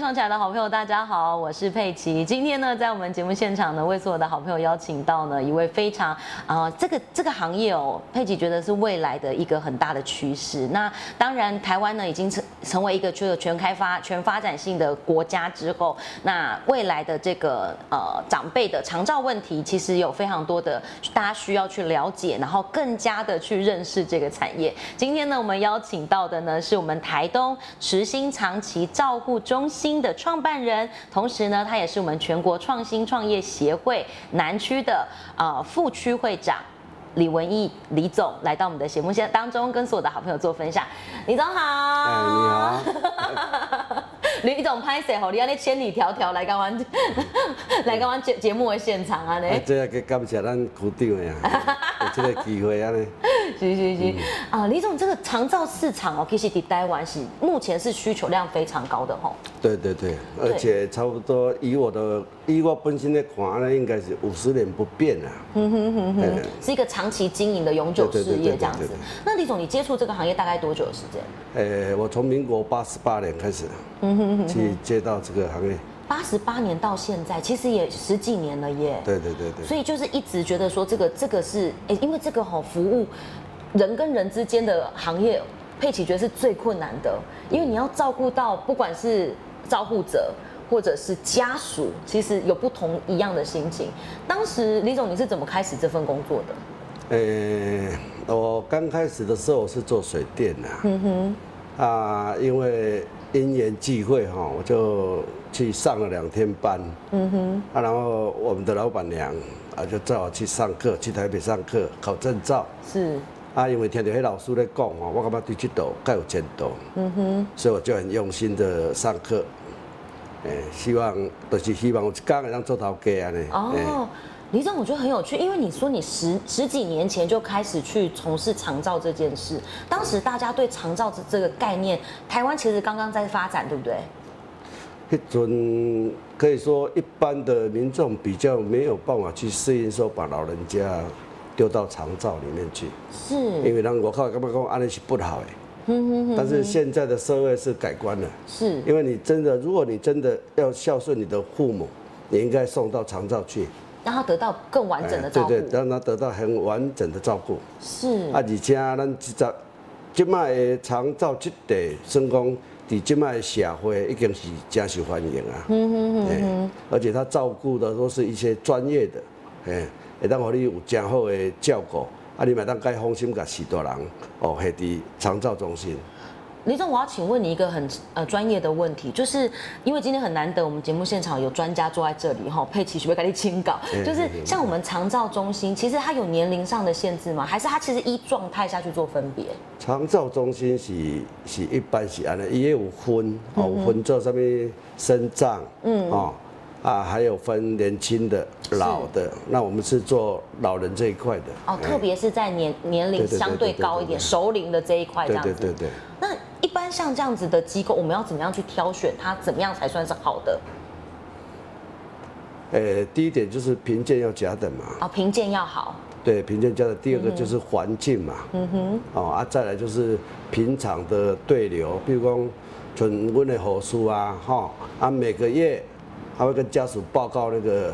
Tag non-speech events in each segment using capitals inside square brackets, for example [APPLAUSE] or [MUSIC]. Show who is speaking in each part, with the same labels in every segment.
Speaker 1: 上起来的好朋友，大家好，我是佩奇。今天呢，在我们节目现场呢，为所有的好朋友邀请到呢一位非常啊、呃这个这个行业哦，佩奇觉得是未来的一个很大的趋势。那当然，台湾呢已经成成为一个具有全开发、全发展性的国家之后，那未来的这个呃长辈的长照问题，其实有非常多的大家需要去了解，然后更加的去认识这个产业。今天呢，我们邀请到的呢是我们台东慈心长期照顾中心的创办人，同时呢，他也是我们全国创新创业协会南区的呃副区会长。李文义，李总来到我们的节目现当中，跟所有的好朋友做分享。李总好，
Speaker 2: 哎，你好，
Speaker 1: 李总拍摄吼，你安尼千里迢迢来到阮 [LAUGHS] 来到阮节节目的现场安
Speaker 2: 啊
Speaker 1: 尼，，
Speaker 2: 这个感谢咱区长的 [LAUGHS] 啊，有这个机会安尼，
Speaker 1: 是是是。啊，李总，这个长照市场哦，其实伫台湾是目前是需求量非常高的吼。
Speaker 2: 对对对，而且差不多以我的以我本身的看呢，应该是五十年不变啊。嗯哼哼哼，
Speaker 1: 是一个长期经营的永久
Speaker 2: 对对
Speaker 1: 事
Speaker 2: 对
Speaker 1: 业
Speaker 2: 对
Speaker 1: 这样
Speaker 2: 对
Speaker 1: 子
Speaker 2: 对对。
Speaker 1: 那李总，你接触这个行业大概多久的时间？
Speaker 2: 呃，我从民国八十八年开始，嗯哼哼，去接到这个行业，
Speaker 1: 八十八年到现在，其实也十几年了耶。
Speaker 2: 对对对对。
Speaker 1: 所以就是一直觉得说这个这个是，哎、因为这个吼、服务人跟人之间的行业，佩奇觉得是最困难的，因为你要照顾到不管是照顾者或者是家属，其实有不同一样的心情。当时李总你是怎么开始这份工作的？
Speaker 2: 呃，我刚开始的时候我是做水电的、啊，啊，因为因缘际会哈、我就去上了两天班，嗯哼，啊，然后我们的老板娘啊就叫我去上课，去台北上课考证照，
Speaker 1: 是
Speaker 2: 啊，因为听到迄老师咧讲哦，我感觉对这道较有前途，嗯哼，所以我就很用心的上课，诶、希望就是希望有一天会当做头家安尼，
Speaker 1: 哦。
Speaker 2: 诶
Speaker 1: 李总，我觉得很有趣，因为你说你十十几年前就开始去从事长照这件事，当时大家对长照这这个概念，台湾其实刚刚在发展，对不对？
Speaker 2: 迄阵可以说一般的民众比较没有办法去适应，说把老人家丢到长照里面去，
Speaker 1: 是，
Speaker 2: 因为咱我看感觉讲安尼是不好的。但是现在的社会是改观了，
Speaker 1: 是
Speaker 2: 因为你真的，如果你真的要孝顺你的父母，你应该送到长照去，
Speaker 1: 让他得到更完整的
Speaker 2: 哎
Speaker 1: 照
Speaker 2: 对
Speaker 1: 顾。
Speaker 2: 对，让他得到很完整的照顾。
Speaker 1: 是
Speaker 2: 啊，而且咱即只即卖的长照即地，算讲伫即卖的社会已经是真受欢迎啊。嗯嗯嗯。而且他照顾的都是一些专业的，诶，会当互你有真好的照顾。啊，你嘛当该放心甲许多人哦，下伫长照中心。
Speaker 1: 李总，我要请问你一个很呃专业的问题，就是因为今天很难得，我们节目现场有专家坐在这里哈，佩奇学会给你清稿，
Speaker 2: 对
Speaker 1: 就是
Speaker 2: 对对
Speaker 1: 像我们长照中心，其实它有年龄上的限制吗？还是它其实依状态下去做分别？
Speaker 2: 长照中心是是一般是安尼，伊也有分哦，有分做啥物生障，嗯哦啊，还有分年轻的、老的。那我们是做老人这一块的。
Speaker 1: 哦，
Speaker 2: 哎
Speaker 1: 特别是在年年龄
Speaker 2: 对对对
Speaker 1: 相对
Speaker 2: 对对
Speaker 1: 高一
Speaker 2: 对
Speaker 1: 点、
Speaker 2: 对
Speaker 1: 熟龄的这一块这
Speaker 2: 对
Speaker 1: 样
Speaker 2: 对
Speaker 1: 子。
Speaker 2: 对对，
Speaker 1: 那一般像这样子的机构，我们要怎么样去挑选它，怎么样才算是好的？
Speaker 2: 呃，第一点就是评鉴要甲等嘛，
Speaker 1: 啊，评鉴要好，
Speaker 2: 对，评鉴甲等。第二
Speaker 1: 嗯
Speaker 2: 个就是环境嘛，嗯哼，哦啊，再来就是平常的对流，比如讲，像阮的护士啊，哈、啊每个月还会跟家属报告那个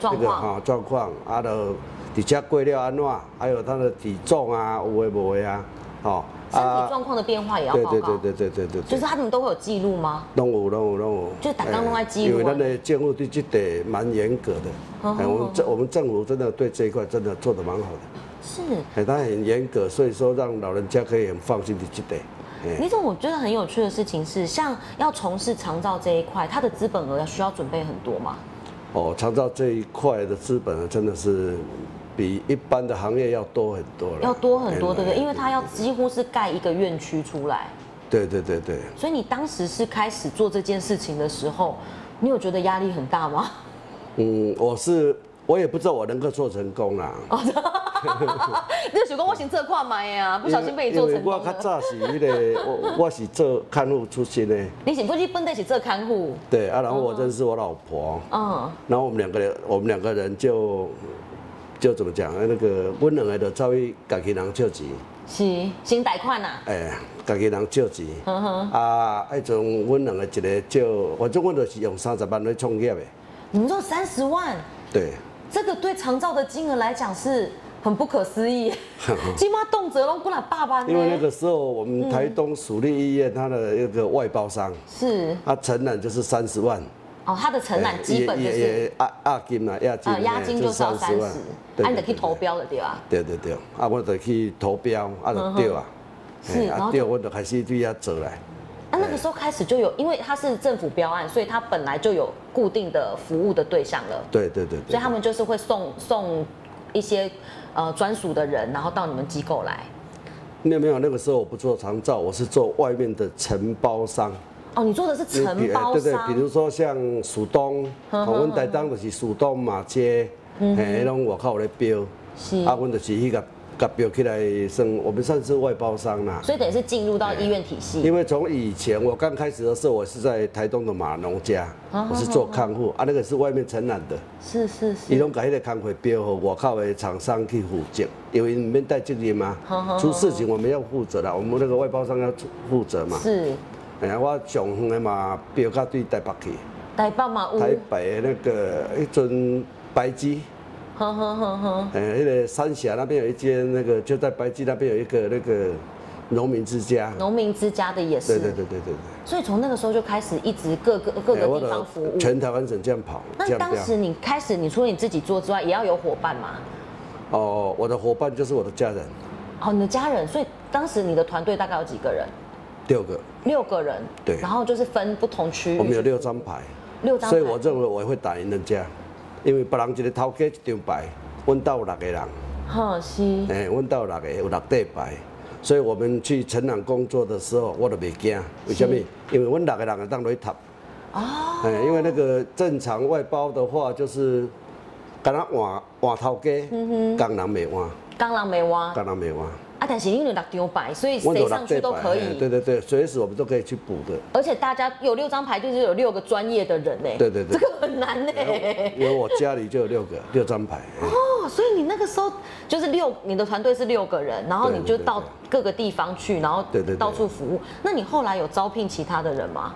Speaker 1: 状况
Speaker 2: 哈状况，啊的底下过料安怎，还有他的体重啊，有的无的啊，哦
Speaker 1: 身体状况的变化也要
Speaker 2: 对
Speaker 1: 报告。
Speaker 2: 对对对对对对，
Speaker 1: 就是他们都会有记录吗？
Speaker 2: 拢有，拢有，拢有。哎
Speaker 1: 就大家拢爱记录啊
Speaker 2: 因为咱的政府对这得蛮严格的。
Speaker 1: 哦
Speaker 2: 哎我们政我们政府真的对这一块真的做得蛮好的，
Speaker 1: 是，
Speaker 2: 哎，他很严格，所以说让老人家可以很放心的去得。哎
Speaker 1: 李总，我觉得很有趣的事情是，像要从事长照这一块，它的资本额需要准备很多嘛？
Speaker 2: 哦，长照这一块的资本啊真的是比一般的行业要多很多了，
Speaker 1: 要多很多，
Speaker 2: 哎
Speaker 1: 对不对？因为它要几乎是盖一个院区出来，
Speaker 2: 对对对对。
Speaker 1: 所以你当时是开始做这件事情的时候，你有觉得压力很大吗？ [LAUGHS]
Speaker 2: 嗯，我是我也不知道我能够做成功啦。
Speaker 1: 哦你就想讲我先这块买啊，不小心被你做成
Speaker 2: 因为
Speaker 1: 功
Speaker 2: 我较
Speaker 1: 了。
Speaker 2: 早是迄、个，我我是做看护出身的，
Speaker 1: 你是不是本来是这看护？
Speaker 2: 对啊，然后我认识我老婆。
Speaker 1: 嗯，
Speaker 2: 然后我们两个人，我们两个人就就怎么讲，那个阮两个就走去家己人借钱，
Speaker 1: 是先贷款啊呐，
Speaker 2: 诶、家哎己人借钱。
Speaker 1: 嗯
Speaker 2: 啊，迄阵阮两个一个借，反正阮就是用三十万来创业的，
Speaker 1: 你们说三十万，
Speaker 2: 对。
Speaker 1: 这个对长照的金额来讲是很不可思
Speaker 2: [LAUGHS]
Speaker 1: 议，起码动辄拢过来爸爸呢
Speaker 2: 因为那个时候我们台东属立医院它的那个外包商，
Speaker 1: 是
Speaker 2: 它承揽就是三十万，哎
Speaker 1: 哦，他的承揽基本就
Speaker 2: 也
Speaker 1: 是
Speaker 2: 也押押金啊，押金
Speaker 1: 呃押金就是要三十，
Speaker 2: 对
Speaker 1: 按你得去投。标的对吧？
Speaker 2: 对对对，啊，我就去投标，啊，就对啊，
Speaker 1: 嗯是
Speaker 2: 嘿
Speaker 1: 然后
Speaker 2: 啊
Speaker 1: 就
Speaker 2: 对，我就开始对遐做来，
Speaker 1: 啊，那个时候开始就有，因为它是政府标案，所以它本来就有固定的服务的对象了，
Speaker 2: 对对对对。
Speaker 1: 所以他们就是会送送一些呃专属的人，然后到你们机构来。
Speaker 2: 没有没有，那个时候我不做长照，我是做外面的承包商。哎
Speaker 1: 哦，你做的是承包
Speaker 2: 对对，比
Speaker 1: 商，嗯
Speaker 2: 如说像树东，哦，阮台东就是树东马街，嘿，拢外口咧标，
Speaker 1: 是
Speaker 2: 啊，阮就是迄个甲标起来算，我们算是外包商啦。
Speaker 1: 所以等于是进入到医院体系
Speaker 2: 哎因。为从以前我刚开始的时候，我是在台东的马农家，
Speaker 1: 嗯
Speaker 2: 我是做看护，啊，那个是外面承揽的，
Speaker 1: 是是是，
Speaker 2: 伊拢甲迄个工会标互外口的厂商去负责，因为你们带责任嘛
Speaker 1: 好好，
Speaker 2: 出事情我们要负责啦，我们那个外包商要负责嘛。
Speaker 1: 是
Speaker 2: 哎呀，我上远的嘛标到对台北去。
Speaker 1: 台北嘛有，
Speaker 2: 台北的那个一尊白鸡，
Speaker 1: 呵呵呵呵，
Speaker 2: 呃，那个三峡那边有一间那个，就在白鸡那边有一个那个农民之家。
Speaker 1: 农民之家的也
Speaker 2: 对
Speaker 1: 是，
Speaker 2: 对对对对对。
Speaker 1: 所以从那个时候就开始一直各个各
Speaker 2: 哎
Speaker 1: 个
Speaker 2: 我
Speaker 1: 地
Speaker 2: 就
Speaker 1: 方服务。
Speaker 2: 全台湾省这样跑，这
Speaker 1: 那
Speaker 2: 样
Speaker 1: 当
Speaker 2: 标。
Speaker 1: 时你开始，你除了你自己做之外，也要有伙伴嘛？
Speaker 2: 哦，我的伙伴就是我的家人，
Speaker 1: 哦，你的家人，所以当时你的团队大概有几个人？
Speaker 2: 六个，
Speaker 1: 六个人，
Speaker 2: 对
Speaker 1: 然后就是分不同区域，
Speaker 2: 我们有六张牌，
Speaker 1: 六张牌，
Speaker 2: 所以我认为我会打赢人家，因为别人一个头家一张牌，阮到有六个人，
Speaker 1: 哼是
Speaker 2: 哎，阮到有六个有六块牌。所以我们去承揽工作的时候，我都袂惊，为什么？因为阮六个人会当落去读。
Speaker 1: 哦，
Speaker 2: 哎，因为那个正常外包的话，就是敢若换换头家，
Speaker 1: 嗯
Speaker 2: 工人没换，
Speaker 1: 刚狼没挖啊，
Speaker 2: 工人没换，
Speaker 1: 但是因为有六张牌，所以
Speaker 2: 我们
Speaker 1: 谁
Speaker 2: 有
Speaker 1: 上
Speaker 2: 六
Speaker 1: 去
Speaker 2: 块
Speaker 1: 都
Speaker 2: 牌
Speaker 1: 可
Speaker 2: 哎
Speaker 1: 以，
Speaker 2: 对对对，随时我们都可以去补的。
Speaker 1: 而且大家有六张牌，就是有六个专业的人呢，
Speaker 2: 对对
Speaker 1: [LAUGHS] 这
Speaker 2: 对
Speaker 1: 个很难呢。
Speaker 2: 因为我家里就有六个六张牌，哎
Speaker 1: 哦，所以你那个时候就是六，你的团队是六个人，然后
Speaker 2: 对
Speaker 1: 你就
Speaker 2: 对对
Speaker 1: 到
Speaker 2: 对
Speaker 1: 各个地方去，然后
Speaker 2: 对对对
Speaker 1: 到处服务。那你后来有招聘其他的人吗？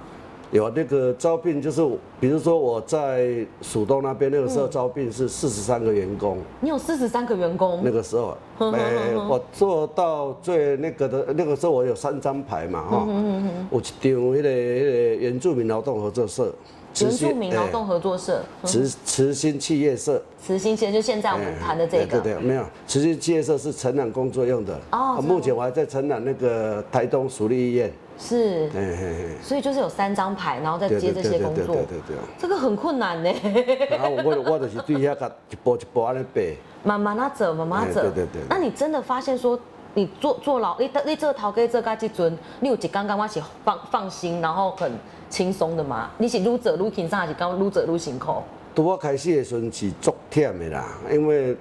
Speaker 2: 有啊那个招聘就是，比如说我在蜀东那边那个时候招聘是四十三个员工，
Speaker 1: 你有四十三个员工
Speaker 2: 那，个时候，哎，我做到最那个的，那个时候我有三张牌嘛，哈，
Speaker 1: 嗯
Speaker 2: 有一张那个那个原住民劳动合作社，
Speaker 1: 原
Speaker 2: 慈心
Speaker 1: 住民劳动合作社，
Speaker 2: 哎慈慈心企业社，
Speaker 1: 慈心其实就啊现在我们谈的这
Speaker 2: 哎对
Speaker 1: 个，
Speaker 2: 对，对没有，慈心企业社是承揽工作用的，
Speaker 1: 哦
Speaker 2: 啊目前我还在承揽那个台东属立医院，
Speaker 1: 是，
Speaker 2: 哎哎
Speaker 1: 所以就是有三张牌，然后再
Speaker 2: 哎，
Speaker 1: 呃接这些工
Speaker 2: 对
Speaker 1: 作
Speaker 2: 对，对对，
Speaker 1: 这个很困难呢。 [LAUGHS]
Speaker 2: 然后我我我就是对遐个一步一步安尼背，
Speaker 1: 慢慢啊走，慢慢啊走。
Speaker 2: 哎对对对对
Speaker 1: 那你真的发现说，你做做老，你你这头家这家这阵，你有一刚刚我是放放心，然后很轻松的嘛？你是愈做愈轻松，还是讲愈做愈辛苦？
Speaker 2: 拄我开始的时阵是足忝的啦，因为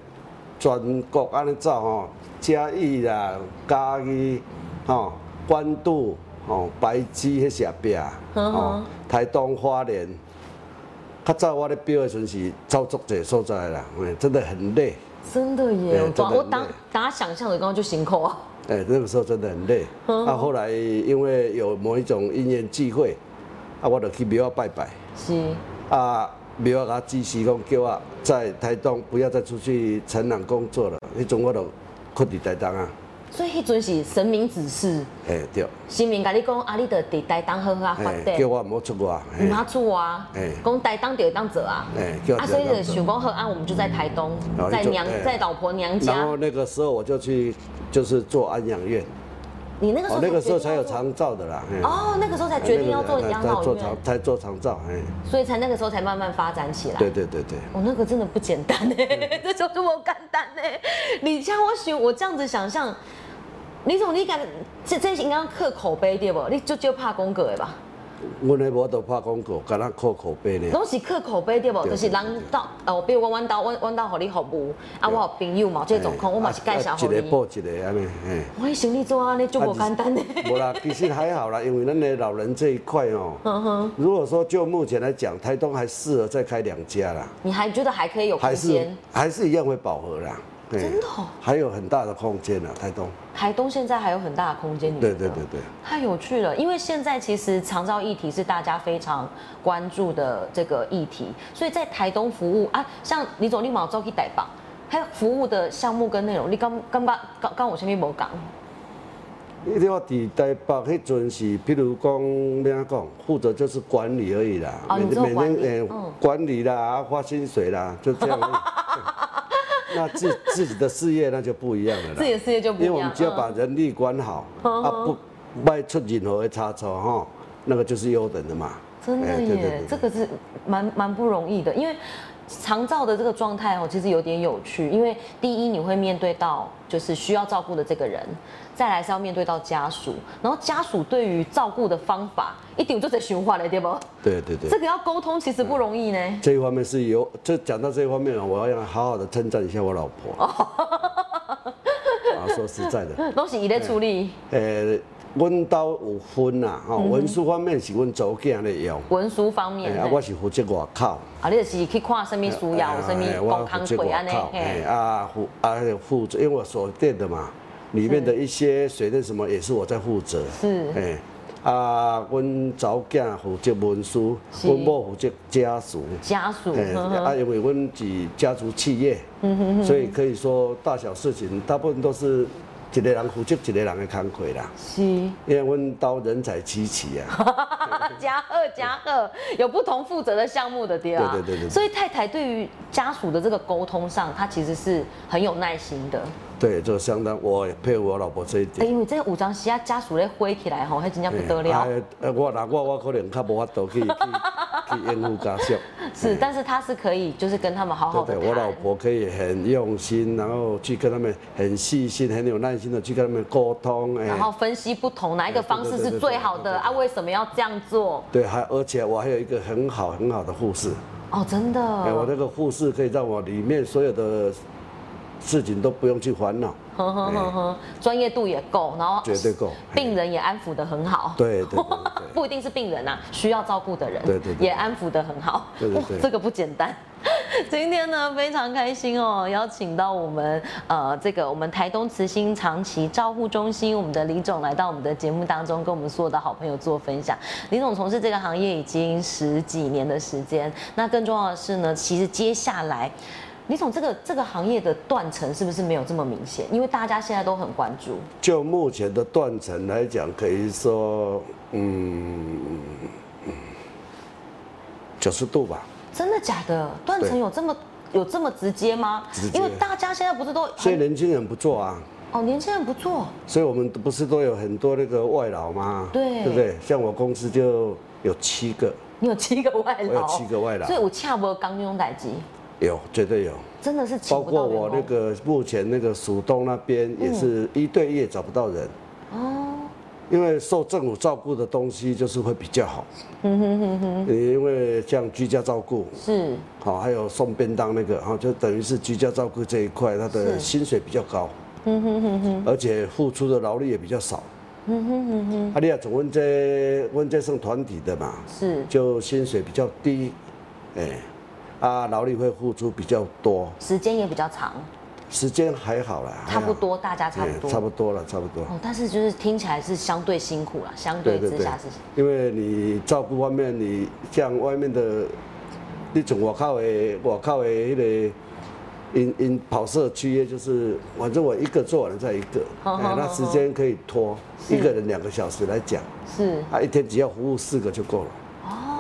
Speaker 2: 全国安尼走吼，嘉义啦、嘉义吼、关渡吼、白鸡迄下边，
Speaker 1: 嗯哼
Speaker 2: 吼、台东花莲，较早我咧标的时阵是走足侪所在啦，嗯，真的很累。
Speaker 1: 真的耶，
Speaker 2: 哎
Speaker 1: 我
Speaker 2: 真的
Speaker 1: 我
Speaker 2: 很
Speaker 1: 当
Speaker 2: 累
Speaker 1: 大家想象的刚刚就辛苦啊。
Speaker 2: 哎、那个时候真的很累。
Speaker 1: 嗯
Speaker 2: 啊，后来因为有某一种因缘际会，啊，我就去庙啊拜拜。
Speaker 1: 是，
Speaker 2: 啊，庙啊给我指示讲叫我在台东不要再出去承揽工作了。迄阵我就困伫台东啊。
Speaker 1: 所以迄阵是神明指示，
Speaker 2: 哎、对，
Speaker 1: 神明甲你讲，啊，你得伫台当好好啊发
Speaker 2: 哎、
Speaker 1: 展
Speaker 2: 叫，我唔好出外。哎
Speaker 1: 唔好做啊
Speaker 2: 哎，
Speaker 1: 讲台当就会当做啊。
Speaker 2: 哎、叫我
Speaker 1: 啊，
Speaker 2: 不
Speaker 1: 所
Speaker 2: 要
Speaker 1: 以就
Speaker 2: 这样做
Speaker 1: 想讲好啊，我们就在台东
Speaker 2: 然，后
Speaker 1: 在
Speaker 2: 你就
Speaker 1: 娘
Speaker 2: 哎
Speaker 1: 在老婆娘家
Speaker 2: 然。后那个时候我就去，就是做安养院。
Speaker 1: 你那个时
Speaker 2: 哦
Speaker 1: 候，
Speaker 2: 那个时候
Speaker 1: 决
Speaker 2: 才
Speaker 1: 定要
Speaker 2: 有
Speaker 1: 做
Speaker 2: 长照的啦。哎
Speaker 1: 哦，那个时候才决定要做
Speaker 2: 那个
Speaker 1: 养
Speaker 2: 才
Speaker 1: 老
Speaker 2: 做
Speaker 1: 院
Speaker 2: 长，，才做长照。哎、
Speaker 1: 所以才那个时候才慢慢发展起来。
Speaker 2: 对对对对。
Speaker 1: 哦，那个真的不简单哎， [LAUGHS] 这就这么简单哎。你像我想，我这样子想象，你怎么你敢这这应该刻口碑对不？你就就怕功格的吧？
Speaker 2: 阮迄无都拍广告，敢若靠口碑呢。
Speaker 1: 拢是靠口碑对不？
Speaker 2: 对
Speaker 1: 就是人到哦，比如我阮兜，阮阮兜互你服务，啊，
Speaker 2: 对
Speaker 1: 我有朋友嘛，这状况我嘛是介绍互
Speaker 2: 啊一
Speaker 1: 你
Speaker 2: 个。报啊一个安尼，嘿。
Speaker 1: 我的生理做安尼就无简单呢。
Speaker 2: [LAUGHS] 无啦，其实还好啦，因为咱的老人这一块哦、
Speaker 1: 嗯
Speaker 2: 如果说就目前来讲，台东还适合再开两家啦，
Speaker 1: 你还觉得还可以有空
Speaker 2: 还是
Speaker 1: 间？
Speaker 2: 还是一样会饱和啦。对
Speaker 1: 真的哦
Speaker 2: 还有很大的空间啦，台东。
Speaker 1: 台东现在还有很大的空间，你
Speaker 2: 对
Speaker 1: 觉
Speaker 2: 对
Speaker 1: 得
Speaker 2: 对对。
Speaker 1: 太有趣了，因为现在其实长照议题是大家非常关注的这个议题，所以在台东服务啊，像李总立马走去台北，还有服务的项目跟内容，你刚刚刚刚刚我前面没讲，
Speaker 2: 因为我伫台北迄阵是，比如讲要安讲，负责就是管理而已啦，
Speaker 1: 哦你做管理
Speaker 2: 诶
Speaker 1: 嗯
Speaker 2: 管理啦，啊发薪水啦，就
Speaker 1: [LAUGHS]
Speaker 2: 这样而已。那自自己的事业那就不一样了啦，
Speaker 1: 自己的事业就不一
Speaker 2: 因为
Speaker 1: 样嗯
Speaker 2: 我们只要把人力管好，啊不卖出任何的差错哈，那个就是优等的嘛。
Speaker 1: 真的
Speaker 2: 哎
Speaker 1: 耶，
Speaker 2: 对对对
Speaker 1: 这个是蛮蛮不容易的，因为长照的这个状态哦，其实有点有趣，因为第一你会面对到就是需要照顾的这个人，再来是要面对到家属，然后家属对于照顾的方法一定就在循环了，对不？
Speaker 2: 对对对
Speaker 1: 这。个要沟通其实不容易呢。
Speaker 2: 这一方面是有，这讲到这一方面，我要好好的称赞一下我老
Speaker 1: 哦
Speaker 2: 婆。 [LAUGHS] 啊，说实在的，
Speaker 1: 都是一类处理，
Speaker 2: 诶、阮兜有分啦，吼、
Speaker 1: 嗯
Speaker 2: 文书方面是阮祖囝咧用，
Speaker 1: 文书方面
Speaker 2: 诶、
Speaker 1: 的，
Speaker 2: 啊，我是哎负责外口，
Speaker 1: 啊，你就是去看什么书要，什么
Speaker 2: 诶
Speaker 1: 公康会安尼，
Speaker 2: 诶、
Speaker 1: 嘿，
Speaker 2: 啊负啊负责，因为我所电的嘛，里面的一些水电什么也是我在负责，
Speaker 1: 是
Speaker 2: 诶、啊，阮查某囝负责文书，
Speaker 1: 是
Speaker 2: 阮某负责家属，
Speaker 1: 家属，
Speaker 2: 诶、
Speaker 1: 呵呵嗯
Speaker 2: 啊，因为阮是家族企业，所以可以说大小事情大部分都是一个人负责一个人的工课啦。
Speaker 1: 是，
Speaker 2: 因为阮兜人才济
Speaker 1: [LAUGHS]
Speaker 2: 济啊，
Speaker 1: 加贺加贺有不同负责的项目的对啊，
Speaker 2: 对对对对对
Speaker 1: 所以太太对于家属的这个沟通上，她其实是很有耐心的。
Speaker 2: 对，就相当我也佩服我老婆这一
Speaker 1: 哎
Speaker 2: 点。
Speaker 1: 因为这五张席啊，家属咧挥起来吼，还真的不得了。
Speaker 2: 哎，哎我那我我可能较无法度去去去应付家属。
Speaker 1: [LAUGHS] 是，但是她是可以，就是跟他们好好
Speaker 2: 对
Speaker 1: 的
Speaker 2: 哎对，我老
Speaker 1: 谈。
Speaker 2: 婆可以很用心，然后去跟他们很细心、很有耐心的去跟他们沟通。哎
Speaker 1: 然后分析不同哪一个方式
Speaker 2: 对对对
Speaker 1: 是
Speaker 2: 对
Speaker 1: 最好的啊？为什么要这样做？
Speaker 2: 对，还而且我还有一个很好很好的护士，
Speaker 1: 哦，真的，
Speaker 2: 哎，我那个护士可以让我里面所有的事情都不用去烦恼。
Speaker 1: 呵呵呵呵，专业度也够，然后
Speaker 2: 哎绝对够
Speaker 1: 哦病人也安抚的很好。
Speaker 2: 对对对对
Speaker 1: 不一定是病人啊，需要照顾的人，
Speaker 2: 对对对
Speaker 1: 也安抚的很好。
Speaker 2: 对对
Speaker 1: 哇
Speaker 2: 对
Speaker 1: 这个不简单。 [LAUGHS] 今天呢，非常开心哦，邀请到我们呃这个我们台东慈心长期照护中心我们的李总来到我们的节目当中，跟我们所有的好朋友做分享。李总从事这个行业已经十几年的时间，那更重要的是呢，其实接下来。李总，这个这个行业的断层是不是没有这么明显？因为大家现在都很关注，
Speaker 2: 就目前的断层来讲，可以说，嗯，九十度吧。
Speaker 1: 真的假的？断层
Speaker 2: 对
Speaker 1: 有这么有这么直接吗？
Speaker 2: 直接
Speaker 1: 因为大家现在不是都
Speaker 2: 所以
Speaker 1: 很
Speaker 2: 年轻人不做啊，
Speaker 1: 哦，年轻人不做，
Speaker 2: 所以我们不是都有很多那个外劳吗？
Speaker 1: 对
Speaker 2: 对不对？像我公司就有七个，
Speaker 1: 你有七个外劳，
Speaker 2: 我有七个外劳
Speaker 1: 所以我恰不刚用代机，
Speaker 2: 有绝对有，
Speaker 1: 真的是请
Speaker 2: 包
Speaker 1: 不
Speaker 2: 括
Speaker 1: 到员工嗯
Speaker 2: 我那个目前那个蜀东那边也是一对一也找不到人，
Speaker 1: 哦，
Speaker 2: 因为受政府照顾的东西就是会比较好。
Speaker 1: 嗯
Speaker 2: 因为像居家照顾，
Speaker 1: 是
Speaker 2: 好、还有送便当那个，哈、哦就等于是居家照顾这一块，他的
Speaker 1: 是嗯
Speaker 2: 薪水比较高，而且付出的劳力也比较少。
Speaker 1: 嗯
Speaker 2: 啊，你也总问这问这算团体的嘛，
Speaker 1: 是
Speaker 2: 就薪水比较低，哎，啊，劳力会付出比较多，
Speaker 1: 时间也比较长，
Speaker 2: 时间还好啦，
Speaker 1: 差不
Speaker 2: 还
Speaker 1: 多大家差
Speaker 2: 好，
Speaker 1: 不多
Speaker 2: 哎哎差不多了，差不多。
Speaker 1: 哦，但是就是听起来是相对辛苦啦，相对
Speaker 2: 对对
Speaker 1: 之
Speaker 2: 对
Speaker 1: 下是，
Speaker 2: 因为你照顾方面，你像外面的，你从外口的外口的迄、个，因因跑社区的，就是反正我一个做完了再一个，
Speaker 1: 好好
Speaker 2: 哎那
Speaker 1: 好
Speaker 2: 时间可以拖，
Speaker 1: 是
Speaker 2: 一个人两个小时来讲，
Speaker 1: 是
Speaker 2: 啊，一天只要服务四个就够了。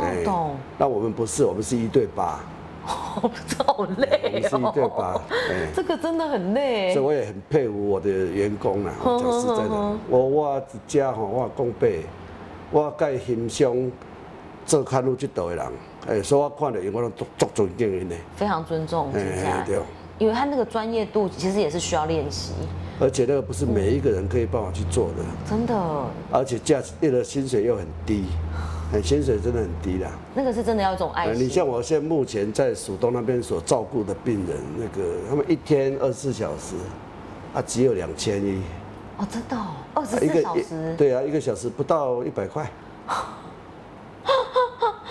Speaker 2: 哎
Speaker 1: 哦，懂，
Speaker 2: 那我们不是，我们是一对八，哦
Speaker 1: 好
Speaker 2: 我们
Speaker 1: 累
Speaker 2: 是一对
Speaker 1: 哦，
Speaker 2: 八，哎，
Speaker 1: 这个真的很累
Speaker 2: 所以，我也很佩服我的员工啦。
Speaker 1: 哼
Speaker 2: 讲实在
Speaker 1: 哼
Speaker 2: 的
Speaker 1: 哼，
Speaker 2: 我我一家吼，我讲白，我介欣赏做看路这道的人，哎、所以我看到因我都足足尊敬因的，
Speaker 1: 非常尊重听起来
Speaker 2: 哎对，
Speaker 1: 因为他那个专业度其实也是需要练习，
Speaker 2: 而且那个不是每一个人可以帮我去做的，
Speaker 1: 真的。
Speaker 2: 而且价一的薪水又很低，哎，薪水真的很低啦。
Speaker 1: 那个是真的要一种爱
Speaker 2: 呃，
Speaker 1: 心。
Speaker 2: 你像我现在目前在蜀东那边所照顾的病人，那个他们一天二十四小时，啊，只有两千一，
Speaker 1: 哦，真的哦，二十
Speaker 2: 啊一
Speaker 1: 四小时，
Speaker 2: 对啊，一个小时不到一百块。 [LAUGHS]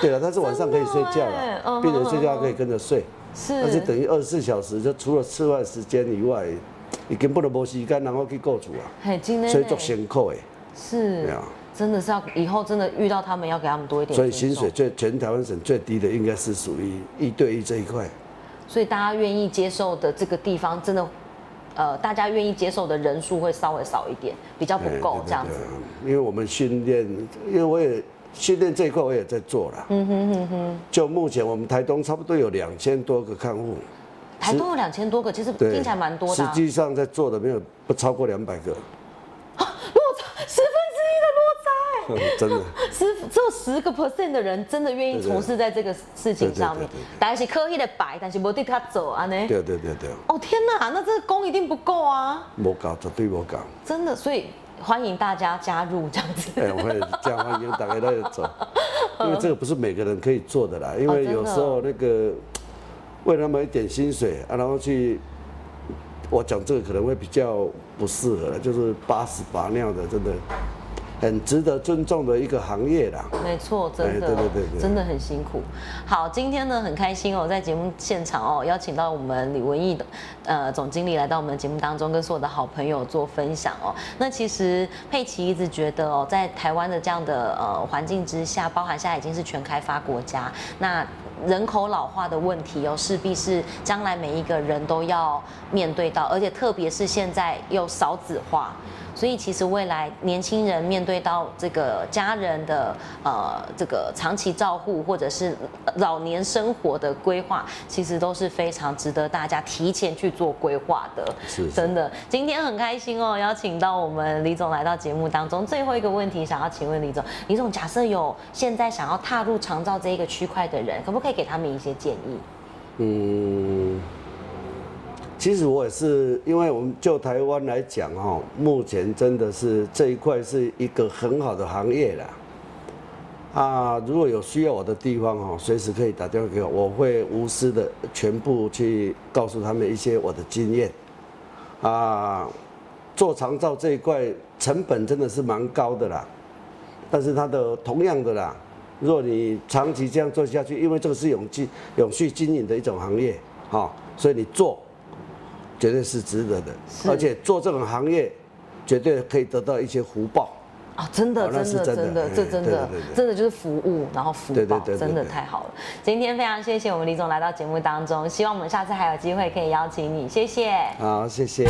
Speaker 2: 对啊了，但是晚上可以睡觉
Speaker 1: 哎嗯
Speaker 2: 了，病人睡觉可以跟着睡，但是
Speaker 1: 是
Speaker 2: 等于二十四小时，就除了吃饭时间以外，已经不能没时间，然后去雇主啊，
Speaker 1: 很今天
Speaker 2: 所以做辛苦的，对
Speaker 1: 是
Speaker 2: 啊，
Speaker 1: 真的是要以后真的遇到他们要给他们多一点，
Speaker 2: 所以薪水，最全台湾省最低的应该是属于一对一这一块。
Speaker 1: 所以大家愿意接受的这个地方真的，呃，大家愿意接受的人数会稍微少一点，比较不
Speaker 2: 哎
Speaker 1: 够
Speaker 2: 对
Speaker 1: 这样子
Speaker 2: 对。对因为我们训练，因为我也训练这一块我也在做了。嗯哼哼哼。就目前我们台东差不多有两千多个看护，
Speaker 1: 台东有两千多个，其实
Speaker 2: 对，
Speaker 1: 听起来蛮多的、
Speaker 2: 实
Speaker 1: 啊，
Speaker 2: 际上在做的没有不超过两百个， [LAUGHS]
Speaker 1: 落差十分之一的落差、
Speaker 2: 嗯真
Speaker 1: [LAUGHS]
Speaker 2: 的。
Speaker 1: 哎，十只有十个 percent 的人真的愿意
Speaker 2: 对对
Speaker 1: 从事在这个事情上面
Speaker 2: 对对对对对，
Speaker 1: 大家是刻意的摆，但是没地他走啊呢。
Speaker 2: 对对对对，
Speaker 1: 哦天哪，那这个工一定不够啊，
Speaker 2: 没搞绝对没
Speaker 1: [LAUGHS]
Speaker 2: 搞。
Speaker 1: 真的，所以欢迎大家加入这样子。
Speaker 2: 哎，我也这样欢迎大家来
Speaker 1: [LAUGHS]
Speaker 2: 走，因为这个不是每个人可以做的啦，因为
Speaker 1: 哦真的
Speaker 2: 有时候那个为他们一点薪水啊，然后去。我讲这个可能会比较不适合了，就是把屎把尿的，真的很值得尊重的一个行业啦。
Speaker 1: 没错，真的，
Speaker 2: 哎对对对对
Speaker 1: 真的很辛苦。好，今天呢很开心哦，在节目现场哦，邀请到我们李文义的呃总经理来到我们的节目当中，跟所有的好朋友做分享哦。那其实佩奇一直觉得哦，在台湾的这样的呃环境之下，包含现在已经是全开发国家，那人口老化的问题哦，势必是将来每一个人都要面对到，而且特别是现在又少子化，所以其实未来年轻人面对到这个家人的呃这个长期照护或者是老年生活的规划，其实都是非常值得大家提前去做规划的。
Speaker 2: 是是
Speaker 1: 真的，今天很开心哦，邀请到我们李总来到节目当中。最后一个问题，想要请问李总，李总假设有现在想要踏入长照这一个区块的人，可不可以给他们一些建议？
Speaker 2: 嗯，其实我也是，因为我们就台湾来讲哈、目前真的是这一块是一个很好的行业啦。啊，如果有需要我的地方哦，随时可以打电话给我，我会无私的全部去告诉他们一些我的经验。啊，做长照这一块成本真的是蛮高的啦，但是它的同样的啦，如果你长期这样做下去，因为这个是永续永续经营的一种行业，哈、所以你做绝对是值得的，
Speaker 1: 是
Speaker 2: 而且做这种行业绝对可以得到一些福报。
Speaker 1: 哦，真的，
Speaker 2: 哦那
Speaker 1: 真
Speaker 2: 是
Speaker 1: 的，
Speaker 2: 真的
Speaker 1: 真的，
Speaker 2: 哎
Speaker 1: 这真的
Speaker 2: 对对对，对
Speaker 1: 真的就是服务，然后福
Speaker 2: 对
Speaker 1: 报
Speaker 2: 对，对对
Speaker 1: 真的
Speaker 2: 对
Speaker 1: 太好了。今天非常谢谢我们李总来到节目当中，希望我们下次还有机会可以邀请你，谢谢。
Speaker 2: 啊好，谢谢。